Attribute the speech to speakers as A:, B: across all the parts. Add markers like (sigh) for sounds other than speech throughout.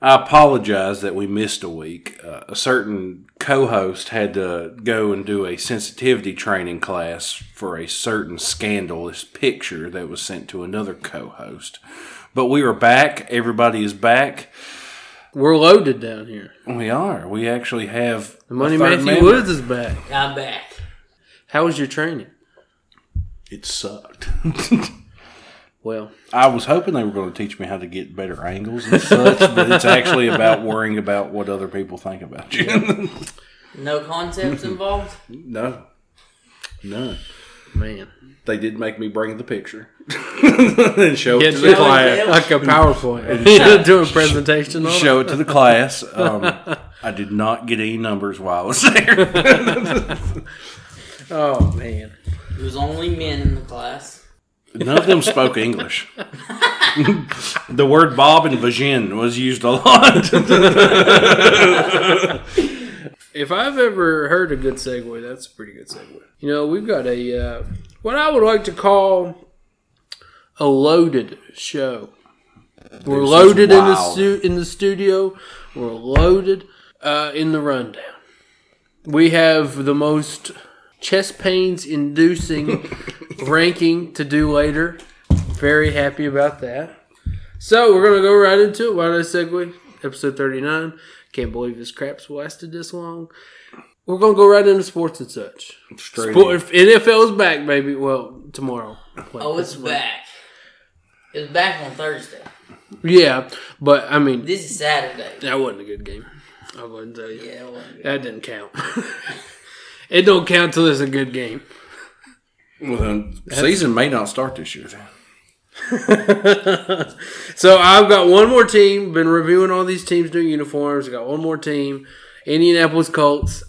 A: I apologize that we missed a week. Uh, a certain co host had to go and do a sensitivity training class for a certain scandalous picture that was sent to another co host. But we are back. Everybody is back.
B: We're loaded down here.
A: We are. We actually have
B: The money
A: a third
B: Matthew
A: member.
B: Woods is back.
C: I'm back.
B: How was your training?
A: It sucked. (laughs)
B: Well,
A: I was hoping they were going to teach me how to get better angles and such, but it's actually about worrying about what other people think about you.
C: No concepts
B: Mm-hmm.
C: involved.
A: (laughs) no, none.
B: man,
A: They did make me bring the picture (laughs) and show it
B: get
A: to
B: you
A: the
B: like,
A: class.
B: like a (laughs) PowerPoint. Do a presentation on it.
A: Show it to the class. Um, (laughs) I did not get any numbers while I was there.
B: Oh man,
C: It was only men in the class.
A: None of them spoke (laughs) English. the word Bob and Vagin was used a lot.
B: if I've ever heard a good segue, that's a pretty good segue. You know, we've got a uh, what I would like to call a loaded show. We're
A: This is
B: loaded in the
A: wild.
B: stu- in the studio. We're loaded uh, in the rundown. We have the most chest
A: (laughs)
B: pains inducing ranking to do later. Very happy about that. So we're gonna go right into it. Why did I segue? Episode thirty nine. Can't believe this crap's lasted this long. We're gonna go right into sports and such.
A: Straight
B: Sport,
A: in.
B: if NFL's back, baby. Well, tomorrow.
C: Oh, it's back. It was back on Thursday.
B: Yeah, but I mean,
C: This is Saturday.
B: that wasn't a good game. I wouldn't tell you.
C: Yeah, it wasn't good.
B: That didn't count. (laughs) it don't count till it's a good game.
A: Well, then, season may not start this year.
B: So I've got one more team. Been reviewing all these teams' new uniforms. I got one more team, Indianapolis Colts.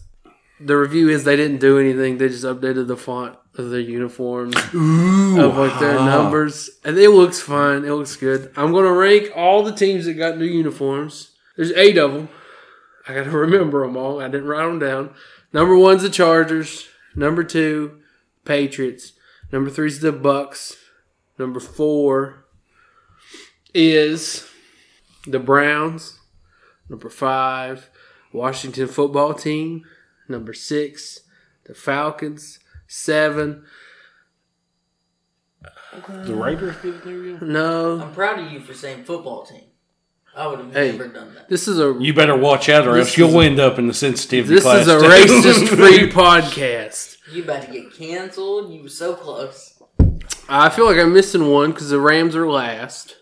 B: The review is they didn't do anything. They just updated the font of their uniforms, of like their numbers, and it looks fine. It looks good. I'm gonna rank all the teams that got new uniforms. There's eight of them. I gotta (laughs) remember them all. I didn't write them down. Number one's the Chargers. Number two, Patriots. Number three's the Bucks. Number four is the Browns, number five, Washington football team, number six, the Falcons, seven.
A: The Raiders get it there yet?
B: No,
C: I'm proud of you for saying football team. I would have
B: Hey.
C: never done that.
B: this is a
A: You better watch out, or
B: This
A: else you'll
B: is-
A: end up in the sensitivity
B: this
A: class.
B: is a
A: too. (laughs)
B: racist-free podcast.
C: You about to get canceled. You were so close.
B: I feel like I'm missing one because the Rams are last.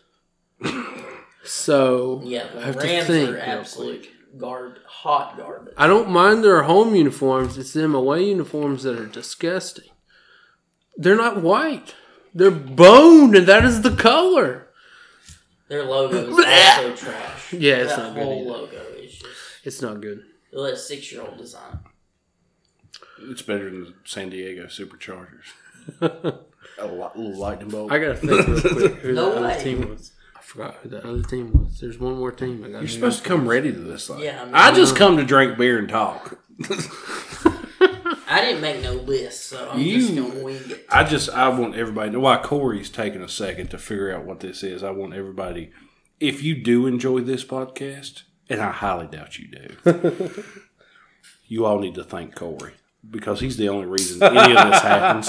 B: So
C: Yeah,
B: I
C: the
B: have
C: Rams
B: to think.
C: are
B: real
C: absolute
B: quick.
C: guard, hot garbage.
B: I don't mind their home uniforms. It's them away uniforms that are disgusting. They're not white. They're bone, and that is the color.
C: Their logo
B: (laughs)
C: is also trash.
B: Yeah, it's
C: that
B: not good
C: whole
B: either.
C: logo is just.
B: It's not good. (laughs)
C: They let a six-year-old design it.
A: It's better than the San Diego Superchargers. a lot, little lightning bolt.
B: I gotta think real quick who
C: No
B: the
C: way.
B: other team was. I forgot who the other team was. There's one more team. I got
A: You're supposed to come ready to this thing.
C: Yeah, I mean-
A: I just come to drink beer and talk.
C: I didn't make no list, so I'm just
A: You-
C: gonna wing it.
A: I just I want everybody to know why Corey's taking a second to figure out what this is. I want everybody if you do enjoy this podcast, and I highly doubt you do,
C: (laughs)
A: you all need to thank Corey. Because he's the only reason any of this happens.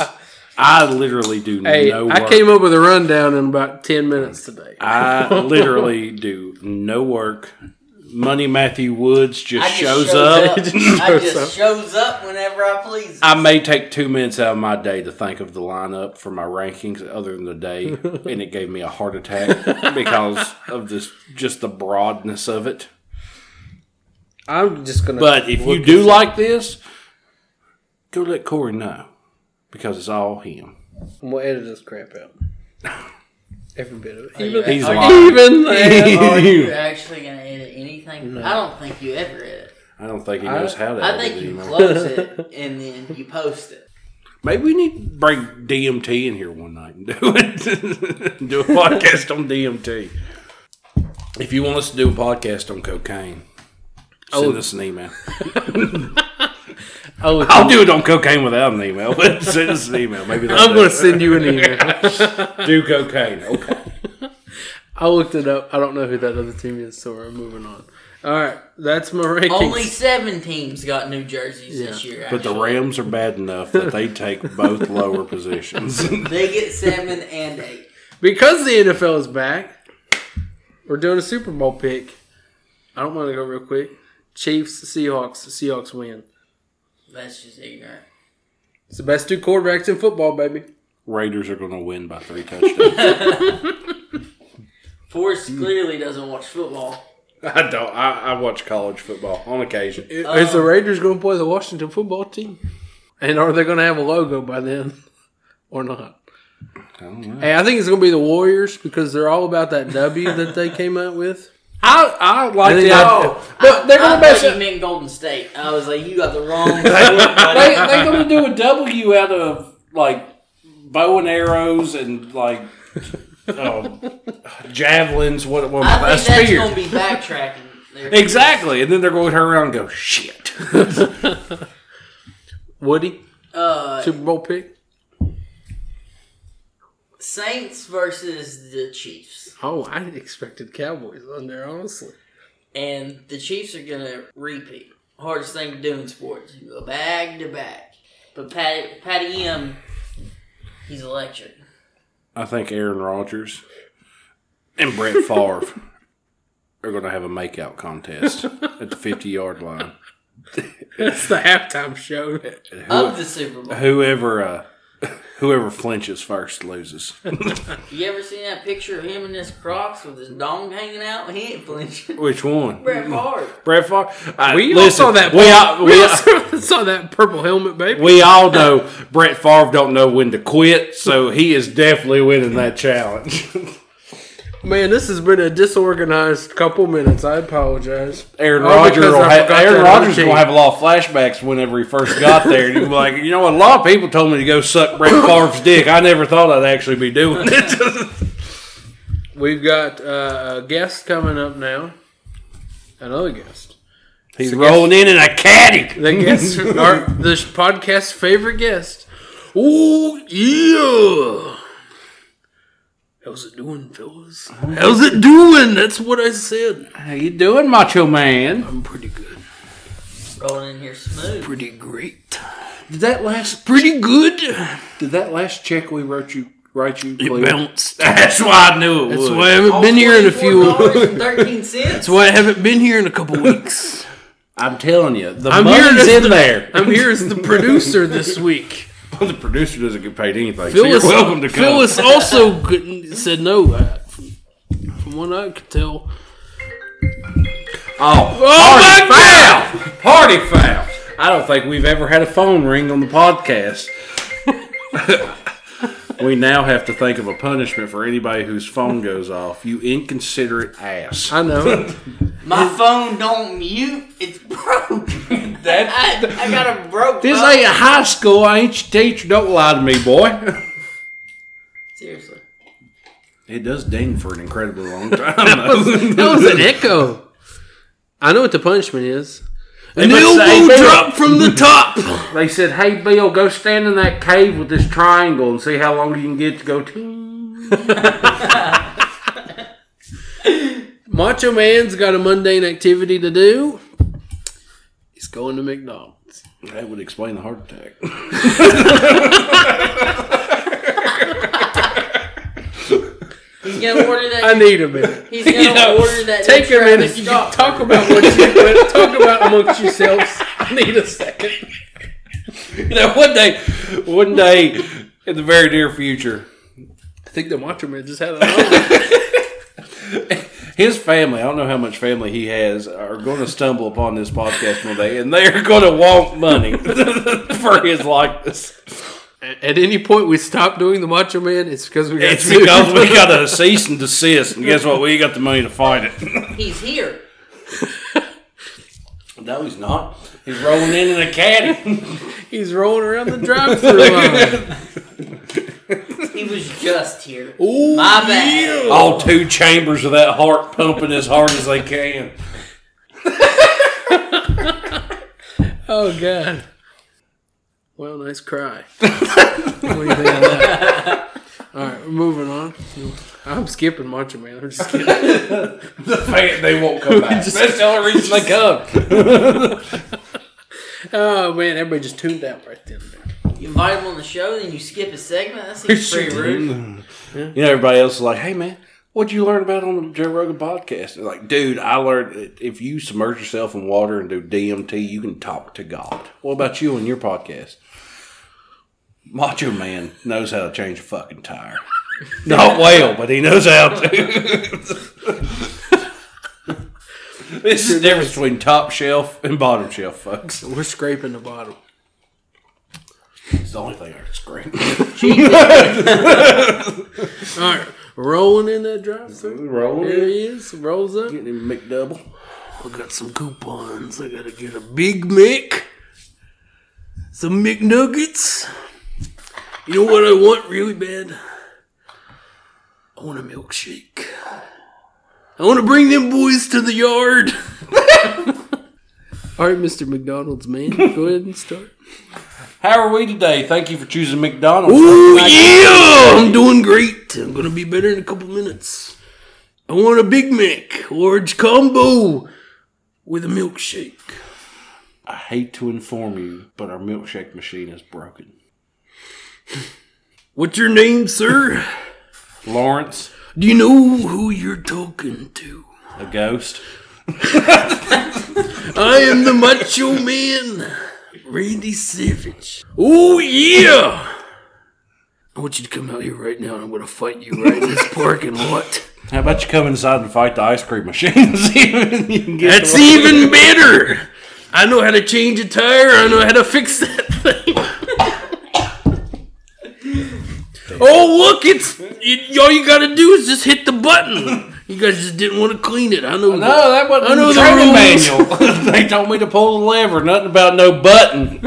A: I literally do
B: Hey,
A: no work.
B: I came up with a rundown in about ten minutes today.
A: I literally do no work. Money Matthew Woods just,
C: I just
A: shows,
C: shows
A: up. (laughs)
C: up. I just shows up whenever I please.
A: I may take two minutes out of my day to think of the lineup for my rankings other than the
C: (laughs)
A: day, and it gave me a heart attack because of this just the broadness of it.
B: I'm just gonna.
A: But if you do like this, go let Corey know because it's all him.
B: I'm gonna edit this crap out. Every bit of it.
C: Even-
A: He's
C: are
A: lying.
B: Even then, (laughs)
C: Are you actually going to edit anything? I don't think you ever edit.
A: I don't think he knows how to.
C: I
A: edit
C: think
A: it
C: you
A: anymore.
C: close it
A: (laughs)
C: and then you post it.
A: Maybe we need to bring DMT in here one night and do it. (laughs) do a podcast on DMT. If you want us to do a podcast on cocaine, send
C: Oh.
B: would-
A: us an email.
B: I look,
A: I'll do it on cocaine without an email, but (laughs) send us an email. Maybe (laughs) that'll
B: I'm gonna
A: do
B: send you an email.
A: it. do cocaine. Okay.
B: I looked it up. I don't know who that other team is, so we're moving on. All right, that's my rankings.
C: Only seven teams got new jerseys this year.
A: But the
C: actually.
A: Rams are bad enough that they take (laughs) both lower positions. (laughs)
C: they get seven and eight.
B: because the NFL is back, we're doing a Super Bowl pick. I don't want to go real quick. Chiefs, Seahawks, Seahawks win.
C: That's just ignorant.
B: It's the best two quarterbacks in football, baby.
A: Raiders are going to win by three touchdowns.
C: Forrest
A: Hmm.
C: clearly doesn't watch football.
A: (laughs) I don't. I, I watch college football on occasion.
C: Oh.
B: is the Raiders going to play the Washington football team? And are they going to have a logo by then (laughs) or not?
A: I don't know.
B: Hey, I think it's going to be the Warriors because they're all about that W that they came out
C: (laughs)
B: with.
A: I, I like
B: I think
A: the
B: I-
A: idea- But they're
C: I
A: going to
C: thought
A: mess
C: you
A: up.
C: meant Golden State. I was like, you got the
A: (laughs)
C: wrong. (laughs) sport,
A: They,
C: buddy.
A: they're going to do a W out of like bow and arrows and like um, javelins. What? What?
C: I
A: A
C: think that's
A: spear.
C: going to be backtracking. There.
A: Exactly. And then they're going to turn around and go shit.
B: Woody,
C: Uh,
B: Super Bowl pick.
C: Saints versus the Chiefs,
B: Oh, I expected Cowboys on there, honestly. (laughs)
C: and the Chiefs are going to repeat. Hardest thing to do in sports. You go back to back. But Patty, Patty M, he's electric.
A: I think Aaron Rodgers and Brett Favre are going to have a makeout contest at the 50 yard line.
B: That's the halftime show.
C: Of the Super Bowl.
A: Whoever uh, whoever flinches first loses. (laughs)
C: You ever seen that picture of him in his Crocs with his dong hanging out? He ain't flinching.
A: Which one?
C: Brett Favre.
A: Brett Favre. I-
B: We all
A: listen,
B: saw that.
A: We all,
B: purple-
A: we,
B: we
A: all,
B: all (laughs) saw that purple helmet, baby.
A: we all know Brett Favre don't know when to quit, so he is definitely winning that challenge. (laughs)
B: Man, this has been a disorganized couple minutes. I apologize.
A: Aaron
B: Oh,
A: Rodgers
B: because
A: will
B: I
A: have,
B: forgot that
A: Aaron Rodgers
B: other
A: will
B: team.
A: have a lot of flashbacks whenever he first got there. And he'll be like, you know what? A lot of people told me to go suck Brett
B: (coughs)
A: Favre's dick. I never thought I'd actually be doing it.
B: (laughs) We've got uh, a guest coming up now. Another guest.
A: He's rolling in in a caddy.
B: (laughs) The guest, our this podcast's favorite guest. Oh yeah. How's it doing, fellas? How's it doing? That's what I said.
A: How you doing, Macho Man?
B: I'm pretty good.
C: Rolling in here smooth.
B: Pretty great.
A: Did that last?
B: Pretty good.
A: Did that last check we wrote you? Write you? Cleo?
B: Bounced.
A: That's why I knew it
B: That's
A: would.
B: why I haven't been here in a few. That's
C: Thirteen cents.
B: why I haven't been here in a couple weeks.
A: I'm telling you, the
B: I'm here
A: money's
B: to-
A: in there.
B: (laughs)
A: (laughs)
B: I'm here as the producer this week.
A: the producer doesn't get paid anything. so
B: Phyllis,
A: you're welcome to come.
B: Phyllis also couldn't, said no. I, from what I could tell.
A: Oh, foul!
B: my
A: Party foul! I don't think we've ever had a phone ring on the (laughs) podcast. we now have to think of a punishment for anybody whose phone goes off. You inconsiderate ass.
B: I know.
C: My phone don't mute. It's broke.
B: (laughs)
C: I, I got a broke.
A: This
C: phone.
A: ain't high school. I ain't your teacher. Don't lie to me, boy.
C: seriously.
A: It does ding for an incredibly (laughs) long time.
B: (laughs) That was an echo. I know what the punishment is. An
A: must
B: elbow
A: say that.
B: drop from the top.
A: (laughs) they said, "Hey, Bill, go stand in that cave with this triangle and see how long you can get to go to."
B: Macho Man's got a mundane activity to do. He's going to McDonald's.
A: That would explain the heart attack.
C: He's gonna order that.
B: I need a minute.
C: he's gonna
B: You know,
C: order that.
B: Take a
C: new
B: minute.
C: Travis
B: You
C: Scott.
B: talk about what you talk about amongst yourselves. (laughs) I need a second.
A: You know, one day, one day in the very near future,
B: I think the Macho Man just had a
A: his family, I don't know how much family he has, are going to stumble upon this podcast one day and they're going to want money (laughs) for his likeness.
B: At any point we stop doing the Macho Man, it's because we got
A: It's because
B: (laughs)
A: we got a cease and desist, and guess what? We ain't got the money to fight it.
C: He's here.
A: (laughs) No, he's not. He's rolling in in a caddy.
B: He's rolling around the (laughs) drive-through line.
C: He was just here. My bad.
A: (laughs) All two chambers of that heart pumping as hard as they can.
B: Oh (laughs) god. Well, nice cry. what do you think of that? All right, moving on. I'm skipping Macho Man. I'm just kidding.
A: the fact they won't (laughs) come back.
B: Just-
A: That's the only reason they come.
B: oh man, everybody just tuned out right then.
C: You invite him on the show, then you skip a segment. That seems
A: (laughs)
C: pretty rude.
A: You know, everybody else is like, "Hey, man, what'd you learn about on the Joe Rogan podcast?" They're like, dude, I learned that if you submerge yourself in water and do DMT, you can talk to God. What about you on your podcast? Macho Man knows how to change a fucking tire. Not well, but he knows how to. this is the difference between top shelf and bottom shelf, folks.
B: We're scraping the bottom.
A: It's the only thing I can scream.
B: All right, rolling in that drive-through. There
A: Rolling,
B: he is. Rolls up.
A: getting him McDouble.
B: I got some coupons. I gotta get a Big Mac, some McNuggets. You know what I want really bad? I want a milkshake. I want to bring them boys to the yard. (laughs) All right, Mr. McDonald's (laughs) man, go ahead and start.
A: How are we today? Thank you for choosing McDonald's.
B: Ooh yeah, I'm doing great. I'm gonna be better in a couple minutes. I want a Big Mac, large combo, with a milkshake.
A: I hate to inform you, but our milkshake machine is broken.
B: What's your name, sir?
A: Lawrence,
B: Do you know who you're talking to?
A: a ghost.
B: I am the Macho Man, Randy Savage. Oh, yeah! I want you to come out here right now and I'm gonna fight you right in this parking lot.
A: How about you come inside and fight the ice cream machine? (laughs) See if you can get
B: That's
A: the-
B: even better! I know how to change a tire, I know how to fix that thing. oh, look, it's. It, all you gotta do is just hit the button. You guys just didn't want to clean it. I know that.
A: No, that wasn't
B: I
A: in
B: know
A: the
B: the
A: training
B: rules.
A: manual. (laughs) they told me to pull the lever, nothing about no button.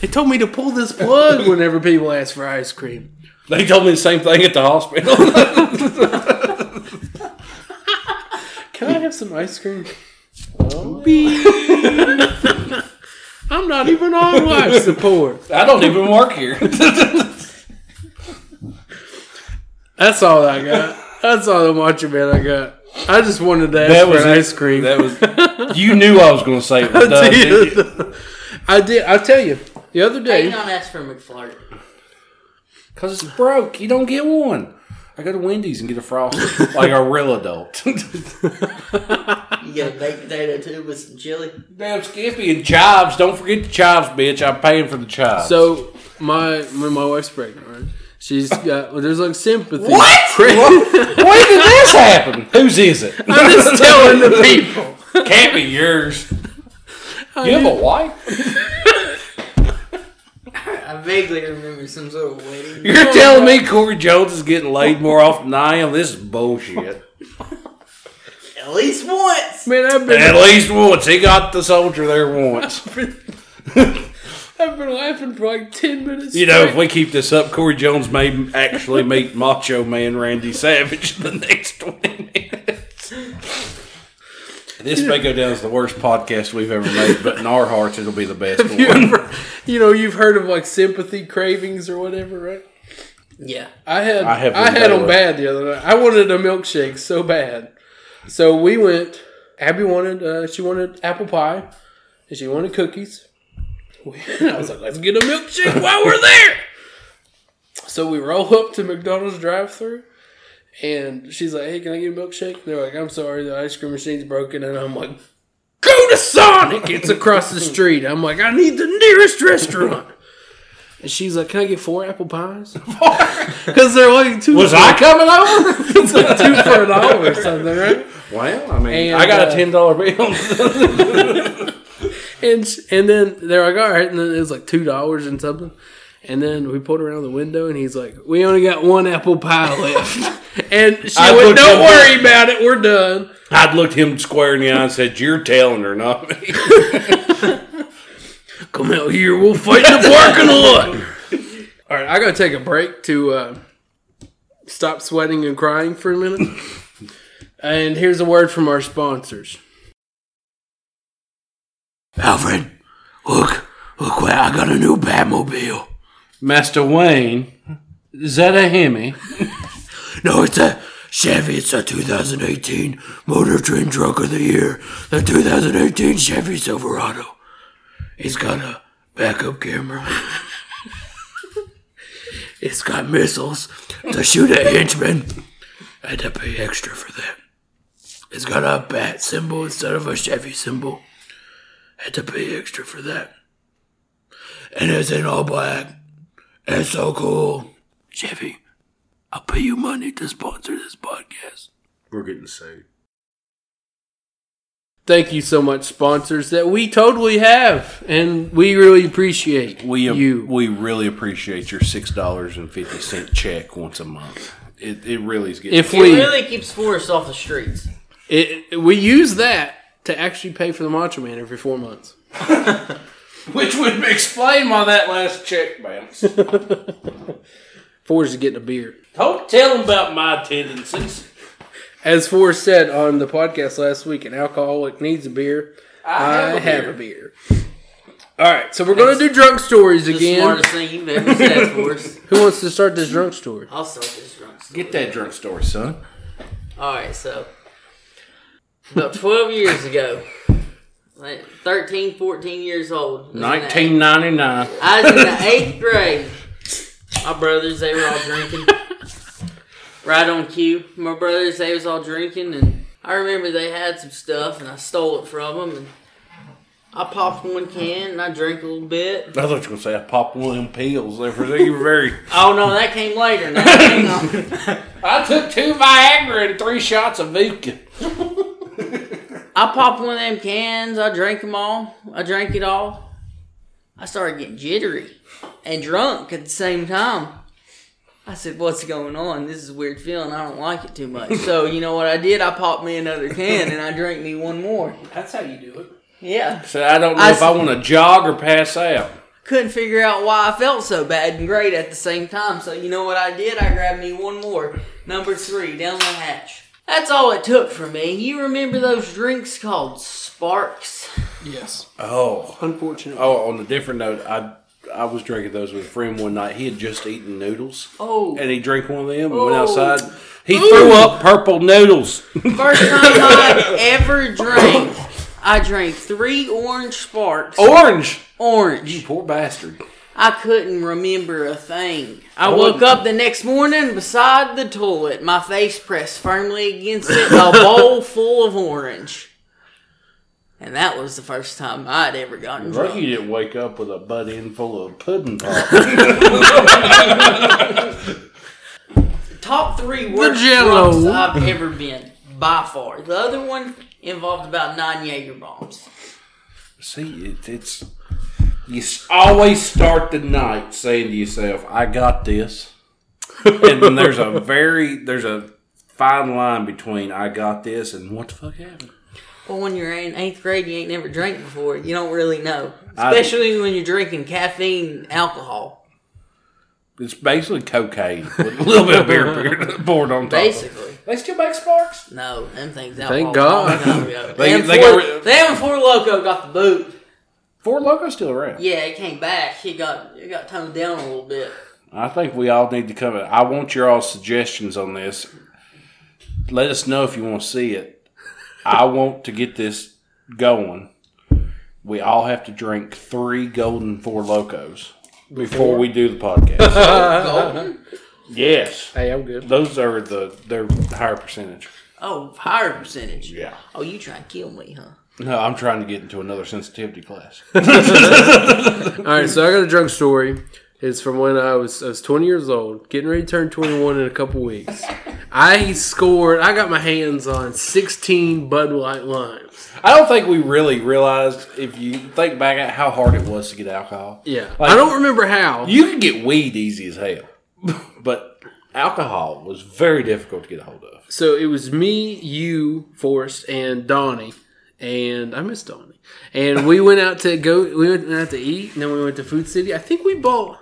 B: They told me to pull
A: (laughs)
B: this plug whenever people ask for ice cream.
A: they told me the same thing at the hospital. (laughs)
B: Can I have some ice cream? I'm not even on life support.
A: I don't even work here.
B: That's all I got. That's all the Macho Man I got. I just wanted to ask
A: That
B: for
A: was
B: an
A: it.
B: ice cream.
A: That
B: (laughs)
A: was. You knew I was going to say it was done. didn't you?
B: I did. I'll tell you. The other
C: How
B: day,
C: you not ask for McFlurry?
A: Cause it's broke. You don't get one. I go to Wendy's and get a frosty, like a real adult. (laughs)
C: You get a baked potato too with some chili.
A: Damn Skippy and chives. Don't forget the chives, bitch. I'm paying for the chives.
B: so my when my wife's pregnant, right? She's got well, there's like sympathy. (laughs)
A: what?
B: Pre-
A: What? (laughs) when did this happen? Whose is it?
B: I'm
A: (laughs)
B: just telling the people.
A: Can't be yours. You have a wife?
C: I vaguely remember some sort of wedding.
A: You're telling me Corey Jones is getting laid more often than I am? This is
B: (laughs)
A: bullshit.
C: At least once.
B: Man, I've been
A: At least once. He got the soldier there once.
B: I've been laughing for like ten minutes.
A: You know, if
B: straight.
A: we keep this up, Corey Jones may actually meet Macho Man Randy Savage in the next 20 minutes. This may go down as the worst podcast we've ever made, but in our hearts, it'll be the best
B: (laughs) you
A: one.
B: ever, you know, you've heard of like sympathy cravings or whatever, right?
C: Yeah.
B: I had
A: I
B: I,
A: have
B: had
A: them
B: them bad the other night. I wanted a milkshake so bad. So we went. Abby wanted uh, she wanted apple pie, and she wanted cookies. We- (laughs) I was like, let's get a milkshake while we're there. So we roll up to McDonald's drive-through, and she's like, "Hey, can I get a milkshake?" And they're like, "I'm sorry, the ice cream machine's broken," and I'm like, "Go to Sonic. It's across the street." I'm like, "I need the nearest restaurant." And she's like, "Can I get four
A: (laughs)
B: apple pies?" Because they're like two.
A: Was
B: for-
A: I coming over?
B: (laughs) it's like two for a dollar or something, right?
A: Well, I mean,
B: And,
A: I got a
B: uh,
A: ten dollar bill.
B: And sh- and then they're like, all right, and then it was like two dollars and something. And then we pulled around the window, and he's like, "We only got one apple pie left." (laughs) and she
A: I
B: went,
A: looked
B: "Don't
A: at
B: worry about it. We're done."
A: I'd looked him square in the eye and said, "You're telling her, not me."
B: Come out here, we'll fight
A: (laughs)
B: in the parking lot. All right, I gotta take a break to uh, stop sweating and crying for
D: (laughs)
B: a minute. and here's a word from our sponsors. Alfred, look, look! I got a new Batmobile.
A: Master Wayne, Is that a Hemi?
D: (laughs) No, it's a Chevy. It's a 2018 Motor Trend Truck of the Year. The 2018 Chevy Silverado. It's got a backup camera. (laughs) it's got missiles to shoot at henchmen. I had to pay extra for that. It's got a bat symbol instead of a Chevy symbol. I had to pay extra for that. And it's in all black. It's so cool. Chevy. I'll pay you money to sponsor this podcast.
A: We're getting sued.
B: Thank you so much, sponsors that we totally have, and we really appreciate
A: We uh,
B: you.
A: we really appreciate your six dollars and fifty cent check once a month. It, it really is getting (laughs)
B: if
C: It
B: we
C: really keeps Forrest off the streets.
B: it, we use that to actually pay for the Macho Man every four months.
A: which would explain why that last check bounced.
B: Forrest is getting a beer.
A: Don't tell them about my tendencies.
B: As Forrest said on the podcast last week, an alcoholic needs a beer. I,
A: have a
B: have
A: beer.
B: a beer. All right, so we're going to do drunk stories
C: The
B: again.
C: smartest thing you've ever said, Forrest.
B: Who wants to start this drunk story?
C: I'll start this drunk story.
A: Get that drunk story, son.
C: All right, so about 12 years ago, like 13, 14 years old. was in the-
A: Nineteen ninety nine.
C: I was in the eighth grade. My brothers, they were all drinking. Right on cue. My brothers, they was all drinking, and I remember they had some stuff, and I stole it from them, and I popped one can, and I drank a little bit.
A: I thought you were gonna say I popped one of them pills there for a second. You were very.
C: Oh, no, that came later. Now. Hang on.
A: (laughs) I took two Viagra and three shots of vodka.
C: I popped one of them cans. I drank them all. I drank it all. I started getting jittery and drunk at the same time. I said, "What's going on? This is a weird feeling. I don't like it too much." so you know what I did? I popped me another can and I drank me one more.
B: That's how you do it.
C: Yeah,
A: So I don't know
C: I
A: if I
C: s-
A: want to jog or pass out.
C: couldn't figure out why I felt so bad and great at the same time. So you know what I did? I grabbed me one more, number three, down the hatch. That's all it took for me. You remember those drinks called Sparks?
B: Yes,
A: Oh,
B: unfortunately.
A: oh. On a different note, I I was drinking those with a friend one night. He had just eaten noodles.
C: Oh.
A: and he drank one of them and went
C: Oh.
A: outside. He threw up purple noodles.
C: First time I ever drank, I drank three orange sparks.
A: Orange.
C: Orange.
A: Poor bastard.
C: I couldn't remember a thing. I
A: I
C: woke
A: wouldn't-
C: up the next morning beside the toilet, my face pressed firmly against it, a bowl full of orange. And that was the first time I'd ever gotten
A: Lucky
C: drunk.
A: you didn't wake up with a butt end full of pudding pop.
C: Top three worst
B: Jell-O.
C: drunks I've ever been, by far. The other one involved about nine Jaeger bombs.
A: (laughs) See, it, it's you s- always start the night saying to yourself, "I got this," and then there's a very there's a fine line between "I got this" and "What the fuck happened."
C: Well, when you're in eighth grade, you ain't never drank before. You don't really know, especially when you're drinking caffeine alcohol.
A: It's basically cocaine (laughs) with a little bit of beer poured on top.
C: Basically,
A: They still make sparks.
C: no, them things alcohol.
B: Thank
C: a long
B: God.
C: time ago.
B: (laughs)
A: They-
C: them,
A: they
C: four,
A: got rid-
C: them four loco got the boot.
A: Four Loco's still around.
C: Yeah, it came back. He got it got toned down a little bit.
A: I think we all need to come. I want your all suggestions on this. Let us know if you want to see it. I want to get this going. We all have to drink three golden four locos before we do the podcast. (laughs)
C: Golden.
A: yes,
B: Hey, I'm good.
A: those are the they're higher percentage.
C: Oh, higher percentage.
A: Yeah.
C: Oh, you trying to kill me, huh?
A: No, I'm trying to get into another sensitivity class.
B: All right, so I got a drunk story. It's from when I was I was 20 years old, getting ready to turn 21 in a couple weeks. I scored. I got my hands on 16 Bud Light limes.
A: I don't think we really realized if you think back at how hard it was to get alcohol.
B: Yeah,
A: Like-
B: I don't remember how.
A: You could get weed easy as hell, but alcohol was very difficult to get a hold of.
B: So it was me, you, Forrest, and Donnie, and I miss Donnie. And we went out to go. We went out to eat, and then we went to Food City. I think we bought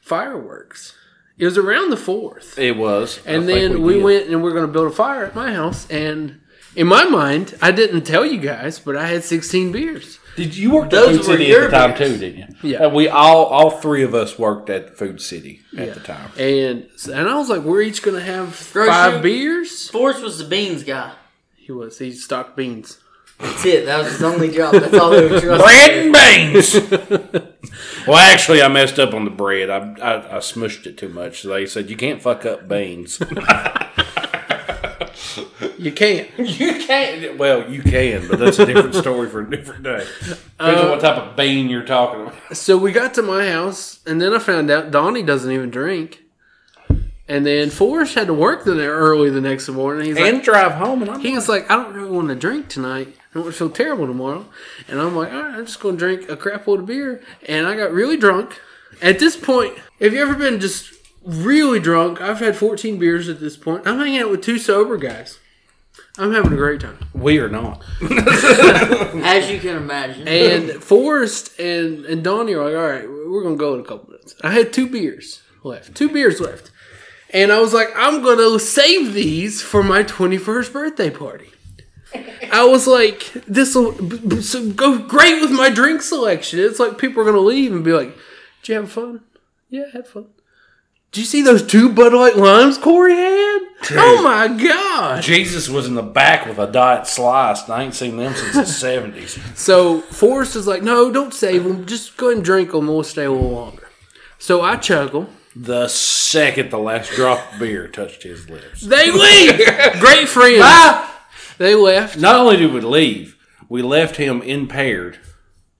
B: fireworks. It was around the fourth.
A: It was, I
B: And
A: think
B: then we,
A: did.
B: went and we are going to build a fire at my house, and In my mind, I didn't tell you guys, but I had 16 beers.
A: Did you worked
C: Those
A: at Food
C: were
A: City
C: your
A: at the time
C: beers.
A: too? Didn't you?
B: Yeah.
A: Uh, we all all three of us worked at Food City at the time.
B: And and I was like, we're each going to have
C: Grocery?
B: five beers.
C: Forrest was the beans guy.
B: He was. He stocked beans.
C: That's it. That was his only job. That's all they
B: (laughs)
C: were
A: Bread
C: trusting.
A: and (laughs) beans. well, actually, I messed up on the bread. I, I I smushed it too much. They said you can't fuck up beans. (laughs)
B: You can't.
A: you can't. Well, you can, but that's a different story for a different day. Depends on what type of bean you're talking about.
B: So we got to my house, and then I found out Donnie doesn't even drink. And then Forrest had to work the ne- early the next morning. He's like,
A: And drive home, and I'm
B: he was like, I don't really want to drink tonight. I don't want to feel terrible tomorrow. And I'm like, all right, I'm just going to drink a crap load of beer. And I got really drunk. At this point, have you ever been just really drunk? I've had 14 beers at this point. I'm hanging out with two sober guys. I'm having a great time.
A: we are not.
C: As you can imagine.
B: And Forrest and, and Donnie are like, all right, we're going to go in a couple minutes. I had two beers left, two beers left. And I was like, I'm going to save these for my 21st birthday party. I was like, this will b- b- so go great with my drink selection. It's like people are going to leave and be like, did you have fun? Yeah, I had fun. Did you see those two Bud Light limes Corey had? Oh my God.
A: Jesus was in the back with a diet slice. and I ain't seen them (laughs) since the seventies.
B: So Forrest is like, no, don't save them. Just go ahead and drink them. We'll stay a little longer. So I chug 'em.
A: The second the last drop of beer touched his lips,
B: They leave. Great friends.
A: Ah!
B: They left.
A: not only did we leave, we left him impaired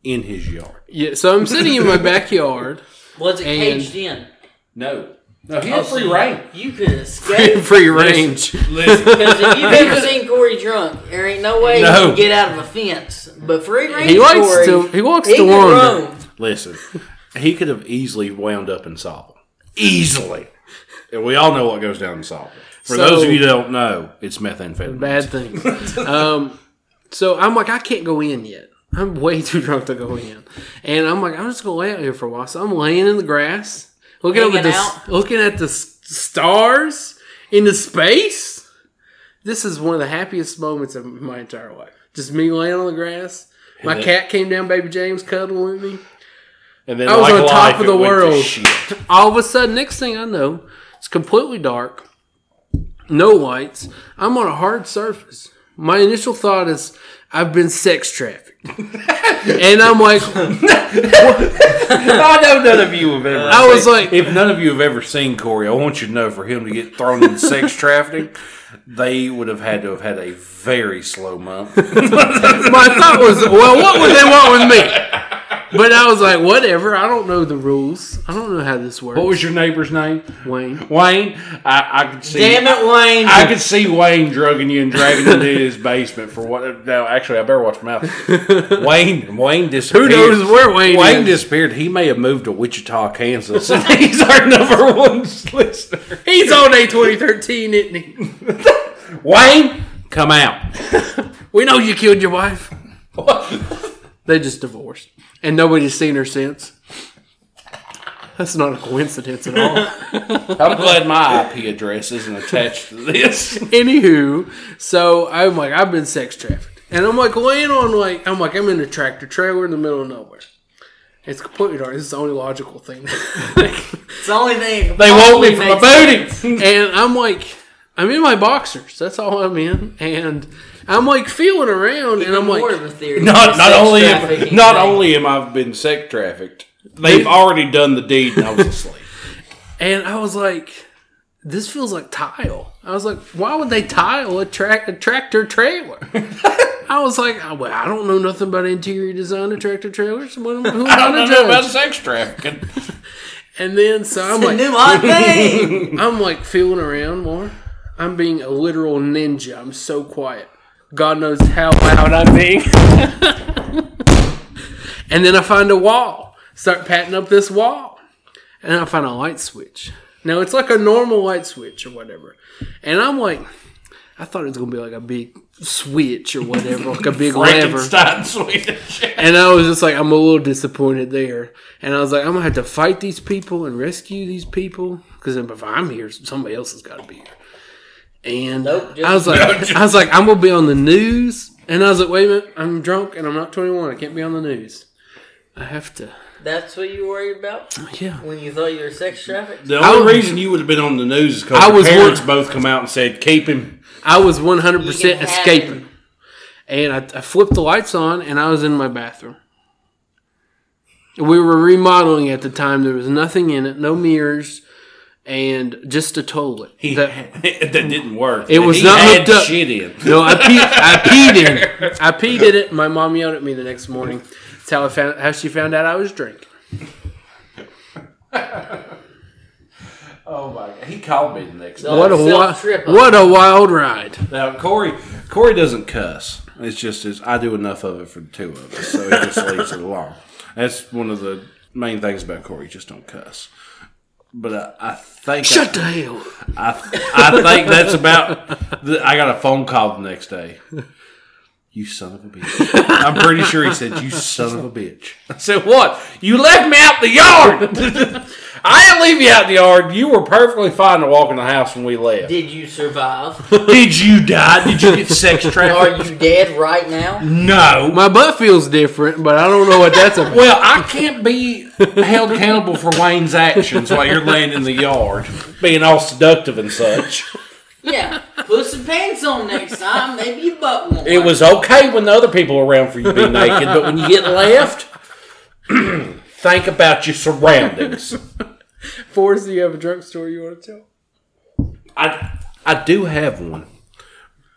A: in his yard.
B: Yeah. So I'm sitting in my backyard.
C: was it
B: and- Oh,
C: caged in?
A: No, no, he had free reign.
C: You could escape.
B: Free range.
A: Listen,
C: Because if you've ever seen Corey drunk, there ain't no way
A: No.
C: he can get out of a fence. But free range
B: He likes
C: Corey,
B: to. He walks
C: he
B: to
C: can
B: wander.
C: roam.
A: listen, he could have easily wound up in Solvent, easily. And we all know what goes down in Solvent. For
B: So-
A: those of you that don't know, it's methamphetamine.
B: Bad things. Um. So I'm like, I can't go in yet. I'm way too drunk to go in. And I'm like, I'm just gonna lay out here for a while. So I'm laying in the grass, looking up at
C: Hanging
B: the s- looking at the s- stars in the space. this is one of the happiest moments of my entire life. Just me laying on the grass. My
A: Yeah.
B: cat came down, baby James cuddled with me.
A: And then,
B: I was
A: like
B: on top
A: life,
B: of
A: it
B: the
A: went to (laughs)
B: world.
A: shit.
B: All of a sudden, next thing I know, it's completely dark, no lights. I'm on a hard surface. My initial thought is, I've been sex (laughs) trafficked, and I'm like,
A: I know none of you have ever.
B: I was
A: seen-
B: like-
A: if none of you have ever seen Corey, I want you to know for him to get thrown in (laughs) sex trafficking, they would have had to have had a very slow month.
B: my thought was, well, what would they want with me? But I was like, whatever. I don't know the rules. I don't know how this works.
A: What was your neighbor's name?
B: Wayne?
A: Wayne. I, I could see.
C: Damn it, Wayne.
A: I could see Wayne drugging you and dragging you into his basement for what? No, actually, I better watch my mouth. Wayne, Wayne
B: Who
A: disappeared.
B: knows where Wayne?
A: Wayne
B: is?
A: disappeared. He may have moved to Wichita, Kansas. and He's our number one listener.
B: He's on A 2013, isn't he?
A: Wayne, come out.
B: We know you killed your wife. they just divorced. And nobody's seen her since. That's not a coincidence at all.
A: I'm glad my IP address isn't attached to this.
B: Anywho, so I'm like, I've been sex trafficked. And I'm like laying on like I'm like, I'm in a tractor trailer in the middle of nowhere. It's completely dark. This is the only logical thing.
C: It's the only thing. that
A: They want me for
C: possibly
A: my
C: makes sense.
A: booty.
B: and I'm like, I'm in my boxers. That's all I'm in. And I'm like feeling around and I'm
C: More
B: like
C: of a theory.
A: (laughs) Not, not
C: Sex
A: only am,
C: trafficking
A: not
C: thing.
A: only am I been sex trafficked, they've already done the deed and I was asleep.
B: And I was like, this feels like tile. I was like, why would they tile a, tra- a
A: (laughs)
B: tractor trailer? I was like, I, well, I don't know nothing about interior design of tractor trailers.
A: (laughs)
B: What am, who am
A: I
B: I
A: don't
B: to
A: know about
B: judge?
A: sex trafficking.
B: And then so I'm
C: It's a
B: like,
C: new
A: (laughs)
C: hot thing.
B: I'm like feeling around more. I'm being a literal ninja. I'm so quiet. God knows how loud I'm being. and then I find a wall. Start patting up this wall. And I find a light switch. Now it's like a normal light switch or whatever. And I'm like, I thought it was gonna be like a big switch or whatever, like a big lever.
A: Frankenstein (laughs) Swedish.
B: And I was just like, I'm a little disappointed there. And I was like, I'm gonna have to fight these people and rescue these people because if I'm here, somebody else has got to be here. And
C: Nope, just-
B: I
C: (laughs)
B: was like, (laughs) I was like, I'm gonna be on the news. And I was like, wait a minute, I'm drunk and I'm not 21. I can't be on the news. I have to.
C: That's what you worried about
B: Yeah.
C: when you thought you were sex trafficked?
A: The
B: I
A: only
B: was-
A: reason you would have been on the news is because
B: I
A: your
B: was
A: parents
B: one-
A: both come out and said, "Keep him." (laughs)
B: I was 100%
C: You can have
B: escaping.
C: him.
B: And I, I flipped the lights on and I was in my bathroom. We were remodeling at the time. There was nothing in it, no mirrors, and just a toilet.
A: He,
B: That-
A: that, didn't work.
B: It was
A: he
B: not
A: had
B: hooked up.
A: Shit in.
B: (laughs) No, I peed. I peed in. it. I peed in it. and My mom yelled at me the next morning. That's how I found how she found out I was drinking.
A: Oh my god, he called me the next day.
C: No.
B: What a wild,
C: Self-trip.
B: what a wild ride.
A: Now Corey, Corey doesn't cuss. It's just it's, I do enough of it for the two of us, so he just leaves it alone. That's one of the main things about Corey. Just don't cuss. But I, I think
B: Shut the hell.
A: I, I, I think that's about. The, I got a phone call the next day. You son of a bitch! I'm pretty sure he said, "You son of a bitch." I said, "What? You left me out in the yard? (laughs) I didn't leave you out in the yard. You were perfectly fine to walk in the house when we left."
C: Did you survive?
A: Did you die? Did you get
C: (laughs)
A: sex trafficked?
C: Are you dead right now?
A: No.
B: My butt feels different, but I don't know what that's about.
A: Well, I can't be held accountable for Wayne's actions while you're laying in the yard, being all seductive and such.
C: Yeah. Put some pants on next time. Maybe your butt won't.
A: It
C: hurt.
A: was okay when the other people around for you to be naked, but when you get left, (clears throat) think about your surroundings.
B: (laughs) Forrest, do you have a drunk story you want to tell?
A: I I do have one,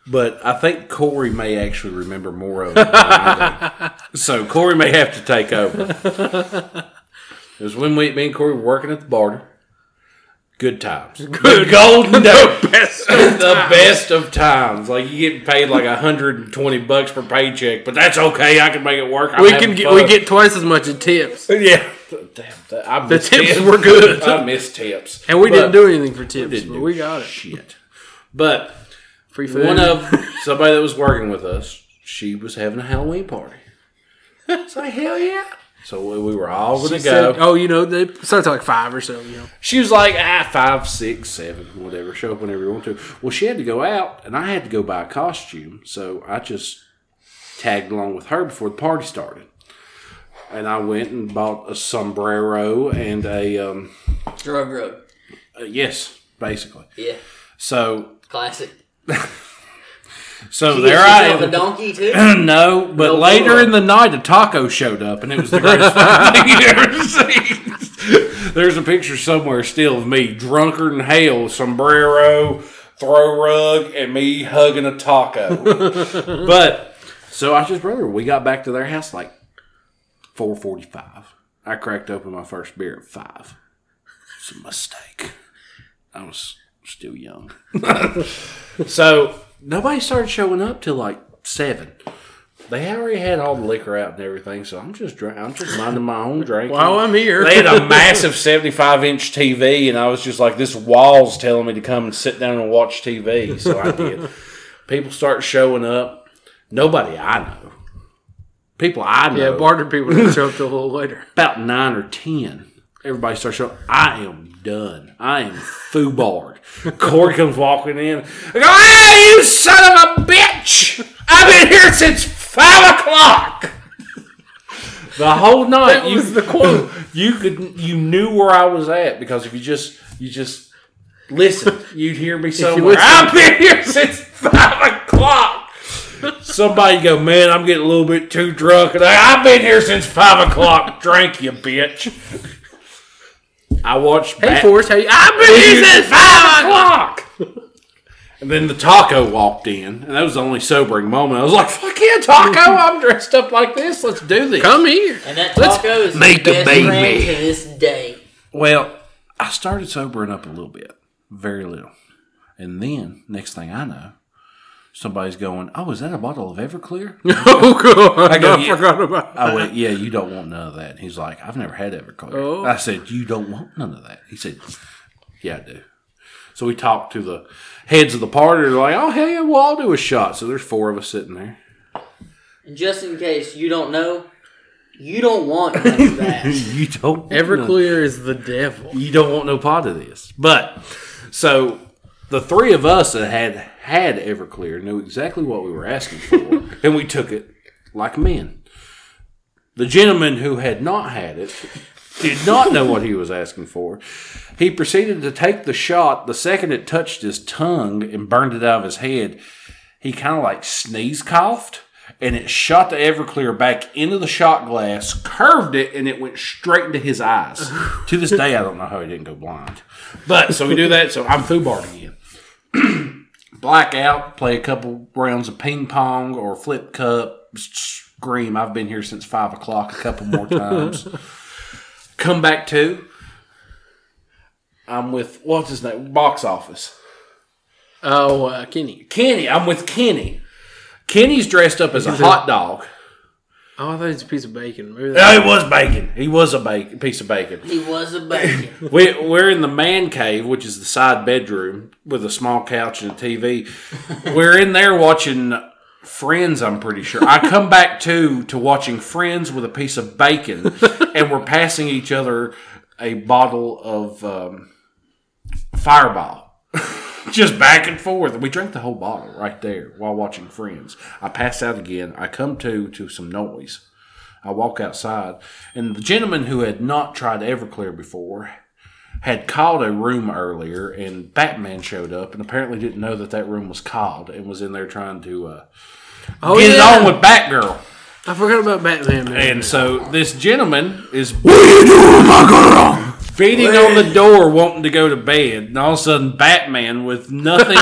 A: but I think Corey may actually remember more of it. Than I
B: (laughs)
A: do. so Corey may have to take over. It was when we, me and Corey were working at the barter. Good times. Good
B: (laughs)
A: golden days. (laughs)
B: Best.
A: the best of times. Like you get paid like 120 bucks per paycheck, but that's okay. I can make it work. I'm
B: We
A: having
B: can get,
A: fun.
B: we get twice as much in tips,
A: Yeah. Damn, that, I
B: The
A: miss
B: tips were good.
A: (laughs) I miss tips.
B: and we
A: But-
B: didn't do anything for tips,
A: didn't
B: but
A: do
B: we got it.
A: Shit. But
B: Free food.
A: one of somebody that was working with us, she was having a Halloween (laughs) party. It's like, hell yeah. So we- we were all going to go.
B: Said, oh, you know, they starts at like five or so. You know,
A: She was like, ah, five, six, seven, whatever. Show up whenever you want to. Well, she had to go out, and I had to go buy a costume, so I just tagged along with her before the party started. And I went and bought a sombrero and a um,
C: drug road.
A: uh, yes, basically.
C: Yeah.
A: So,
C: Classic.
A: so
C: You
A: there
C: get
A: I
C: yourself
A: am.
C: a
A: (clears throat)
C: donkey too.
A: No, but
C: No
A: later
C: blood.
A: in the night, a taco showed up, and it was the greatest fucking thing you ever seen. There's a picture somewhere still of me, drunker than hell, sombrero, throw rug, and me hugging a taco. but so I just brother, we got back to their house like four forty-five. I cracked open my first beer at five. It's a mistake. I was still young. (laughs) So nobody started showing up till like seven. They already had all the liquor out and everything, so I'm just drink. I'm just minding my own drink.
B: while I'm here,
A: they had
B: (laughs)
A: a massive 75 inch TV, and I was just like, this wall's telling me to come and sit down and watch TV. So I did. People start showing up. Nobody I know. People I know.
B: yeah, barter people didn't show up till a little later.
A: about nine or ten, everybody starts showing. I am done. I am foobarred. (laughs) Corey comes walking in. I go, hey, you son of a bitch! I've been here since five o'clock. (laughs) The whole night
B: (laughs) That
A: you-
B: was the (laughs) quote.
A: You could you knew where I was at because if you just you just listen,
B: (laughs)
A: you'd hear me somewhere.
B: listen.
A: I've been here since five o'clock. Somebody go, man, I'm getting a little bit too drunk. And I, I've been here since five o'clock. Drink, you bitch. I watched.
B: Hey,
A: Bat-
B: Forrest, how you? I've been
A: He's
B: here
A: at
B: since
A: five o'clock. And then the taco walked in, and that was the only sobering moment. I was like, "Fuck yeah, taco!
B: (laughs)
A: I'm dressed up like this. Let's do this."
B: Come here. (laughs)
C: And that taco is
D: make the
C: the best
D: baby.
C: friend to this day.
A: Well, I started sobering up a little bit, very little. And then, next thing I know, somebody's going, Oh, is that a bottle of Everclear?
B: Oh god, I,
A: go, yeah.
B: forgot about.
A: I went, Yeah, you don't want none of that. And he's like, I've never had Everclear.
B: Oh.
A: I said, You don't want none of that. He said, Yeah, I do. So we talked to the heads of the party. They're like, Oh, hey, well, I'll do a shot. So there's four of us sitting there. (laughs)
C: And just in case you don't know, you don't want none
A: (laughs)
C: of that.
A: You don't want none of
B: Everclear is the devil.
A: you don't want no part of this. But so the three of us that had had Everclear knew exactly what we were asking for, and we took it like men. The gentleman who had not had it did not know what he was asking for. He proceeded to take the shot. The second it touched his tongue and burned it out of his head, he kind of like sneeze coughed and it shot the Everclear back into the shot glass, curved it, and it went straight into his (laughs) eyes. to this day, I don't know how he didn't go blind. But so we do that. So I'm foobarred again. (clears throat) Blackout, play a couple rounds of ping pong or flip cup, s- scream. I've been here since five o'clock a couple more (laughs) times. Come back to. I'm with what's his name? Box office.
B: Oh, uh, Kenny.
A: Kenny, I'm with Kenny. Kenny's dressed up as a hot dog.
B: Oh, I thought it was a piece of bacon. Maybe that-
A: No, he was bacon. He was a bacon, piece of bacon.
C: He was a bacon.
A: We, we're in the man cave, which is the side bedroom with a small couch and a TV. We're in there watching Friends, I'm pretty sure. I come back to to watching Friends with a piece of bacon, and we're passing each other a bottle of um, Fireball. Just back and forth. We drank the whole bottle right there while watching Friends. I pass out again. I come to to some noise. I walk outside, and the gentleman who had not tried Everclear before had called a room earlier, and Batman showed up, and apparently didn't know that that room was called, and was in there trying to uh,
B: oh,
A: get it
B: yeah.
A: on with Batgirl.
B: I forgot about Batman. Man.
A: And so this gentleman is beating on the door, wanting to go to bed, and all of a sudden Batman with
B: (laughs)
A: nothing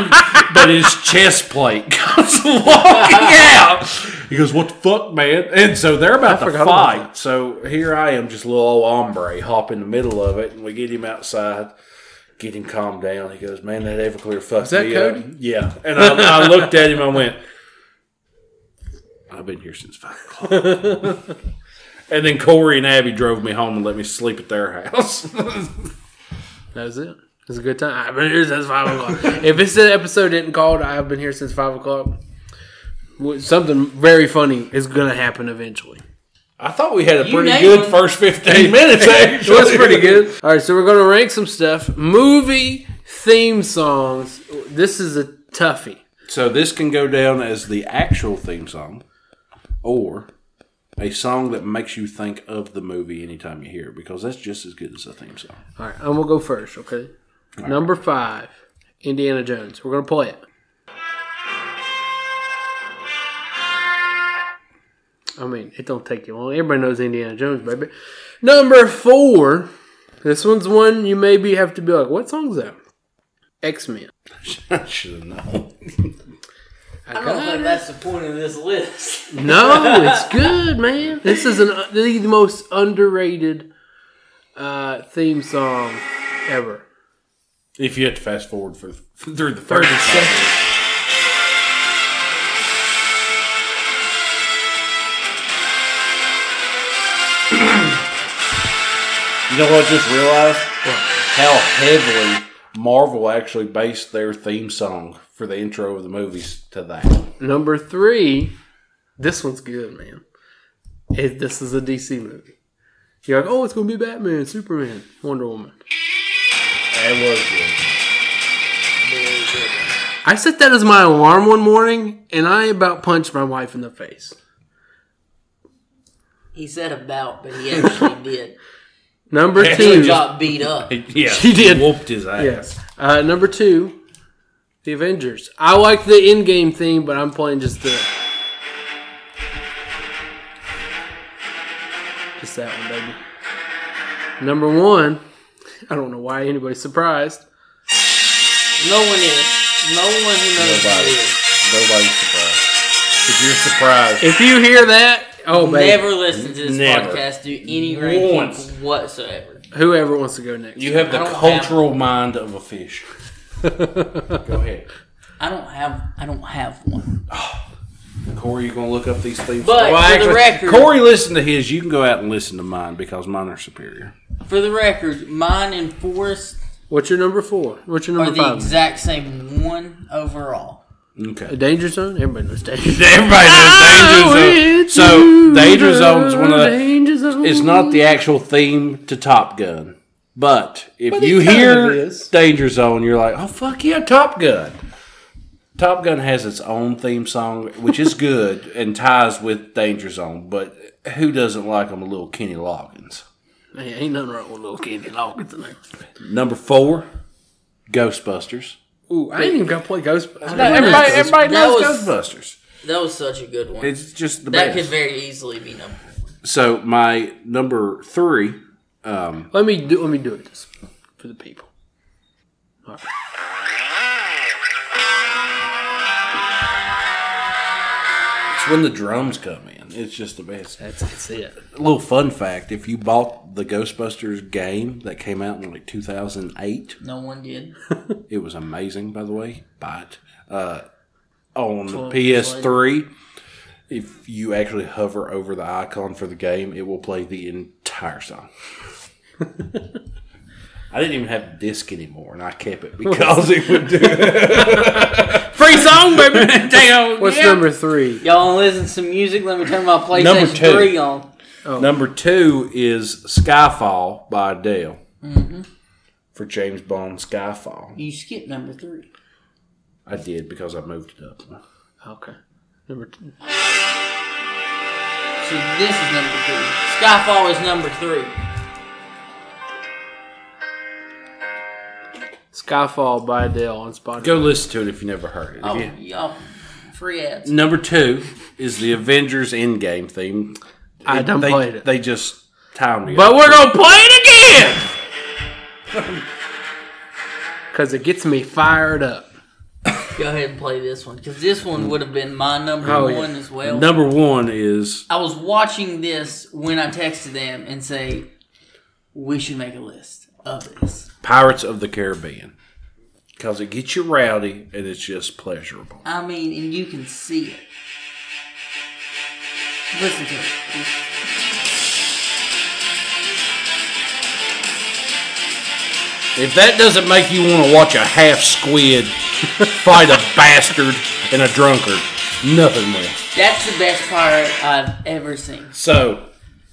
A: but his chest plate comes (laughs)
B: (laughs)
A: walking out. He goes, "What the fuck, man?" And so they're about to
B: forgot about
A: fight. So here I am, just little old hombre, hop in the middle of it, and we get him outside. Get him calmed down. He goes, "Man, that Everclear fucked
B: that
A: me
B: Cody?
A: up." Yeah, and I, I looked at him. I went, "I've been here since five o'clock." (laughs) And then Corey and Abby drove me home and let me sleep at their house. (laughs)
B: That was it. It was a good time. I've been here since five o'clock. if it's an episode didn't called, I've been here since five o'clock. w- Something very funny is going to happen eventually.
A: I thought we had a
C: You
A: pretty
C: name
A: good
C: them.
A: first 15 minutes,
B: It
A: actually.
B: was pretty good. All right, so we're going to rank some stuff. Movie theme songs. This is a toughie.
A: (laughs) So this can go down as the actual theme song or a song that makes you think of the movie anytime you hear it because that's just as good as a theme song.
B: All right, I'm going to go first, okay? Number five, Indiana Jones. We're going to play it. I mean, it don't take you long. Everybody knows Indiana Jones, baby. Number four. This one's one you maybe have to be like, what song's that? X Men.
A: I should have known.
C: I don't think that's the point of this
B: (laughs)
C: list.
B: No, it's good, man. This is an the most underrated uh, theme song ever.
A: If you had to fast forward for (laughs) through the first song. You know what I just realized? How heavily Marvel actually based their theme song for the intro of the movies to that.
B: Number three, this one's good, man. It, this is a DC movie. You're like, oh, it's gonna be Batman, Superman, Wonder Woman.
A: It was good.
B: I set that as my alarm one morning, and I about punched my wife in the face.
C: He said about, but he actually did.
B: Number
C: He
B: two,
C: got beat up.
A: Yeah,
B: She did.
A: Whooped his ass.
B: yes. Uh, number two, the Avengers. I like the in-game theme, but I'm playing just the just that one, baby. Number one, I don't know why anybody's surprised.
C: No one is. No one who knows
A: Nobody.
C: this.
A: Nobody's surprised. If you're surprised,
B: If you hear that, oh baby.
C: Never listen to this
A: Never.
C: podcast. Do any
A: Once.
C: rankings whatsoever.
B: Whoever wants to go next.
A: you have
C: I
A: the
C: don't have-
A: cultural mind of a fish. Go ahead.
C: I don't have. I don't have one.
A: Corey, you gonna look up these things?
C: But for the record,
A: Corey listened to his. You can go out and listen to mine because mine are superior.
C: for the record, mine and Forrest
B: What's your number four? What's your
C: are
B: number
C: the
B: five?
C: exact same one overall.
B: A
A: Okay.
B: danger zone. Everybody knows danger. Zone.
A: Everybody knows Danger Zone. So Danger Zone is one of the.
B: Danger Zone.
A: It's not the actual theme to Top Gun. But if
B: But it
A: you
B: kind of
A: hear
B: is.
A: Danger Zone, you're like, oh fuck yeah, Top Gun. Top Gun has its own theme song, which is good and ties with Danger Zone. But who doesn't like them? A little Kenny Loggins.
B: Man, ain't nothing wrong with little Kenny Loggins in there.
A: Number four, Ghostbusters.
B: Ooh, I ain't even got to play Ghostbusters.
A: Everybody, everybody
C: That
A: knows
C: was-
A: Ghostbusters.
C: That was such a good one.
A: It's just the
C: that could
A: best.
C: very easily be number.
A: so my number three. Um,
B: Let me do. Let me do it just for the people.
A: it's when the drums come in. It's just the best.
B: That's, that's it.
A: A little fun fact: if you bought the Ghostbusters game that came out in like 2008,
C: No one did.
A: it was amazing. By the way, buy it uh, on the PS3. If you actually hover over the icon for the game, it will play the entire song. I didn't even have the disc anymore, and I kept it because it would do.
B: Free song,
C: (laughs)
B: baby. What's number three?
C: Y'all wanna listen to some music? Let me turn my
A: Number
C: PlayStation
A: two.
C: 3 on.
A: Number two is Skyfall by Adele for James Bond Skyfall.
C: You skipped number 3.
A: I did because I moved it up.
B: Okay. Number two.
C: So this is number 3. Skyfall is number 3.
B: Skyfall by Adele on Spotify.
A: Go listen to it if you never heard it.
C: Oh,
A: Yeah.
C: y'all. Free ads.
A: Number two is the Avengers Endgame theme.
B: I done
A: they,
B: played it.
A: They just timed me.
B: But we're gonna play it again. Cause it gets me fired up.
C: Go ahead and play this one because this one would have been my number
B: Oh,
C: one
B: yeah.
C: as well.
A: Number one is
C: I was watching this when I texted them and say, "We should make a list of this."
A: Pirates of the Caribbean because it gets you rowdy and it's just pleasurable.
C: I mean, and you can see it. Listen to it. Just-
A: If that doesn't make you want to watch a half squid fight a bastard and a drunkard, nothing will.
C: That's the best pirate I've ever seen.
A: So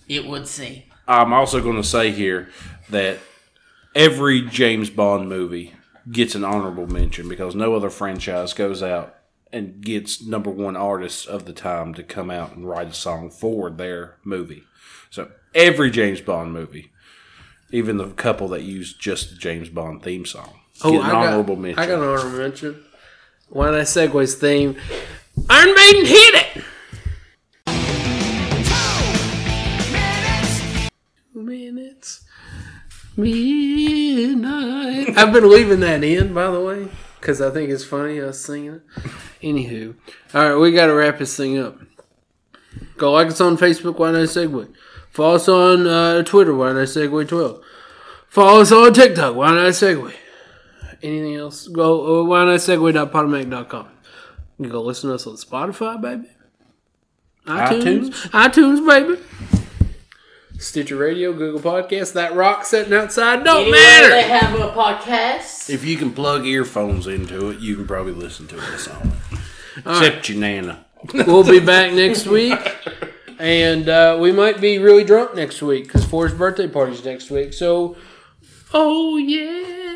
C: It would seem.
A: I'm also going to say here that every James Bond movie gets an honorable mention because no other franchise goes out and gets number one artists of the time to come out and write a song for their movie. So every James Bond movie, even the couple that use just the James Bond theme song, get an honorable
B: got,
A: mention.
B: Oh, I got an honorable mention. Why not Segway's theme? Iron Maiden hit it. Two minutes. Midnight. I've been leaving that in, by the way, because I think it's funny us singing it. Anywho, all right, we got to wrap this thing up. Go like us on Facebook, Why No Segway. Follow us on uh, Twitter, Why No Segway 12. Follow us on TikTok, Why No Segway anything else, go uh, why not segway.podomatic.com. You can go listen to us on Spotify, baby. iTunes. iTunes, baby. Stitcher Radio, Google Podcasts, that rock sitting outside don't
C: They
B: matter.
C: have a podcast.
A: if you can plug earphones into it, you can probably listen to this song. Except your nana.
B: we'll be back next week. And uh, we might be really drunk next week because Ford's birthday party's next week. So, oh yeah.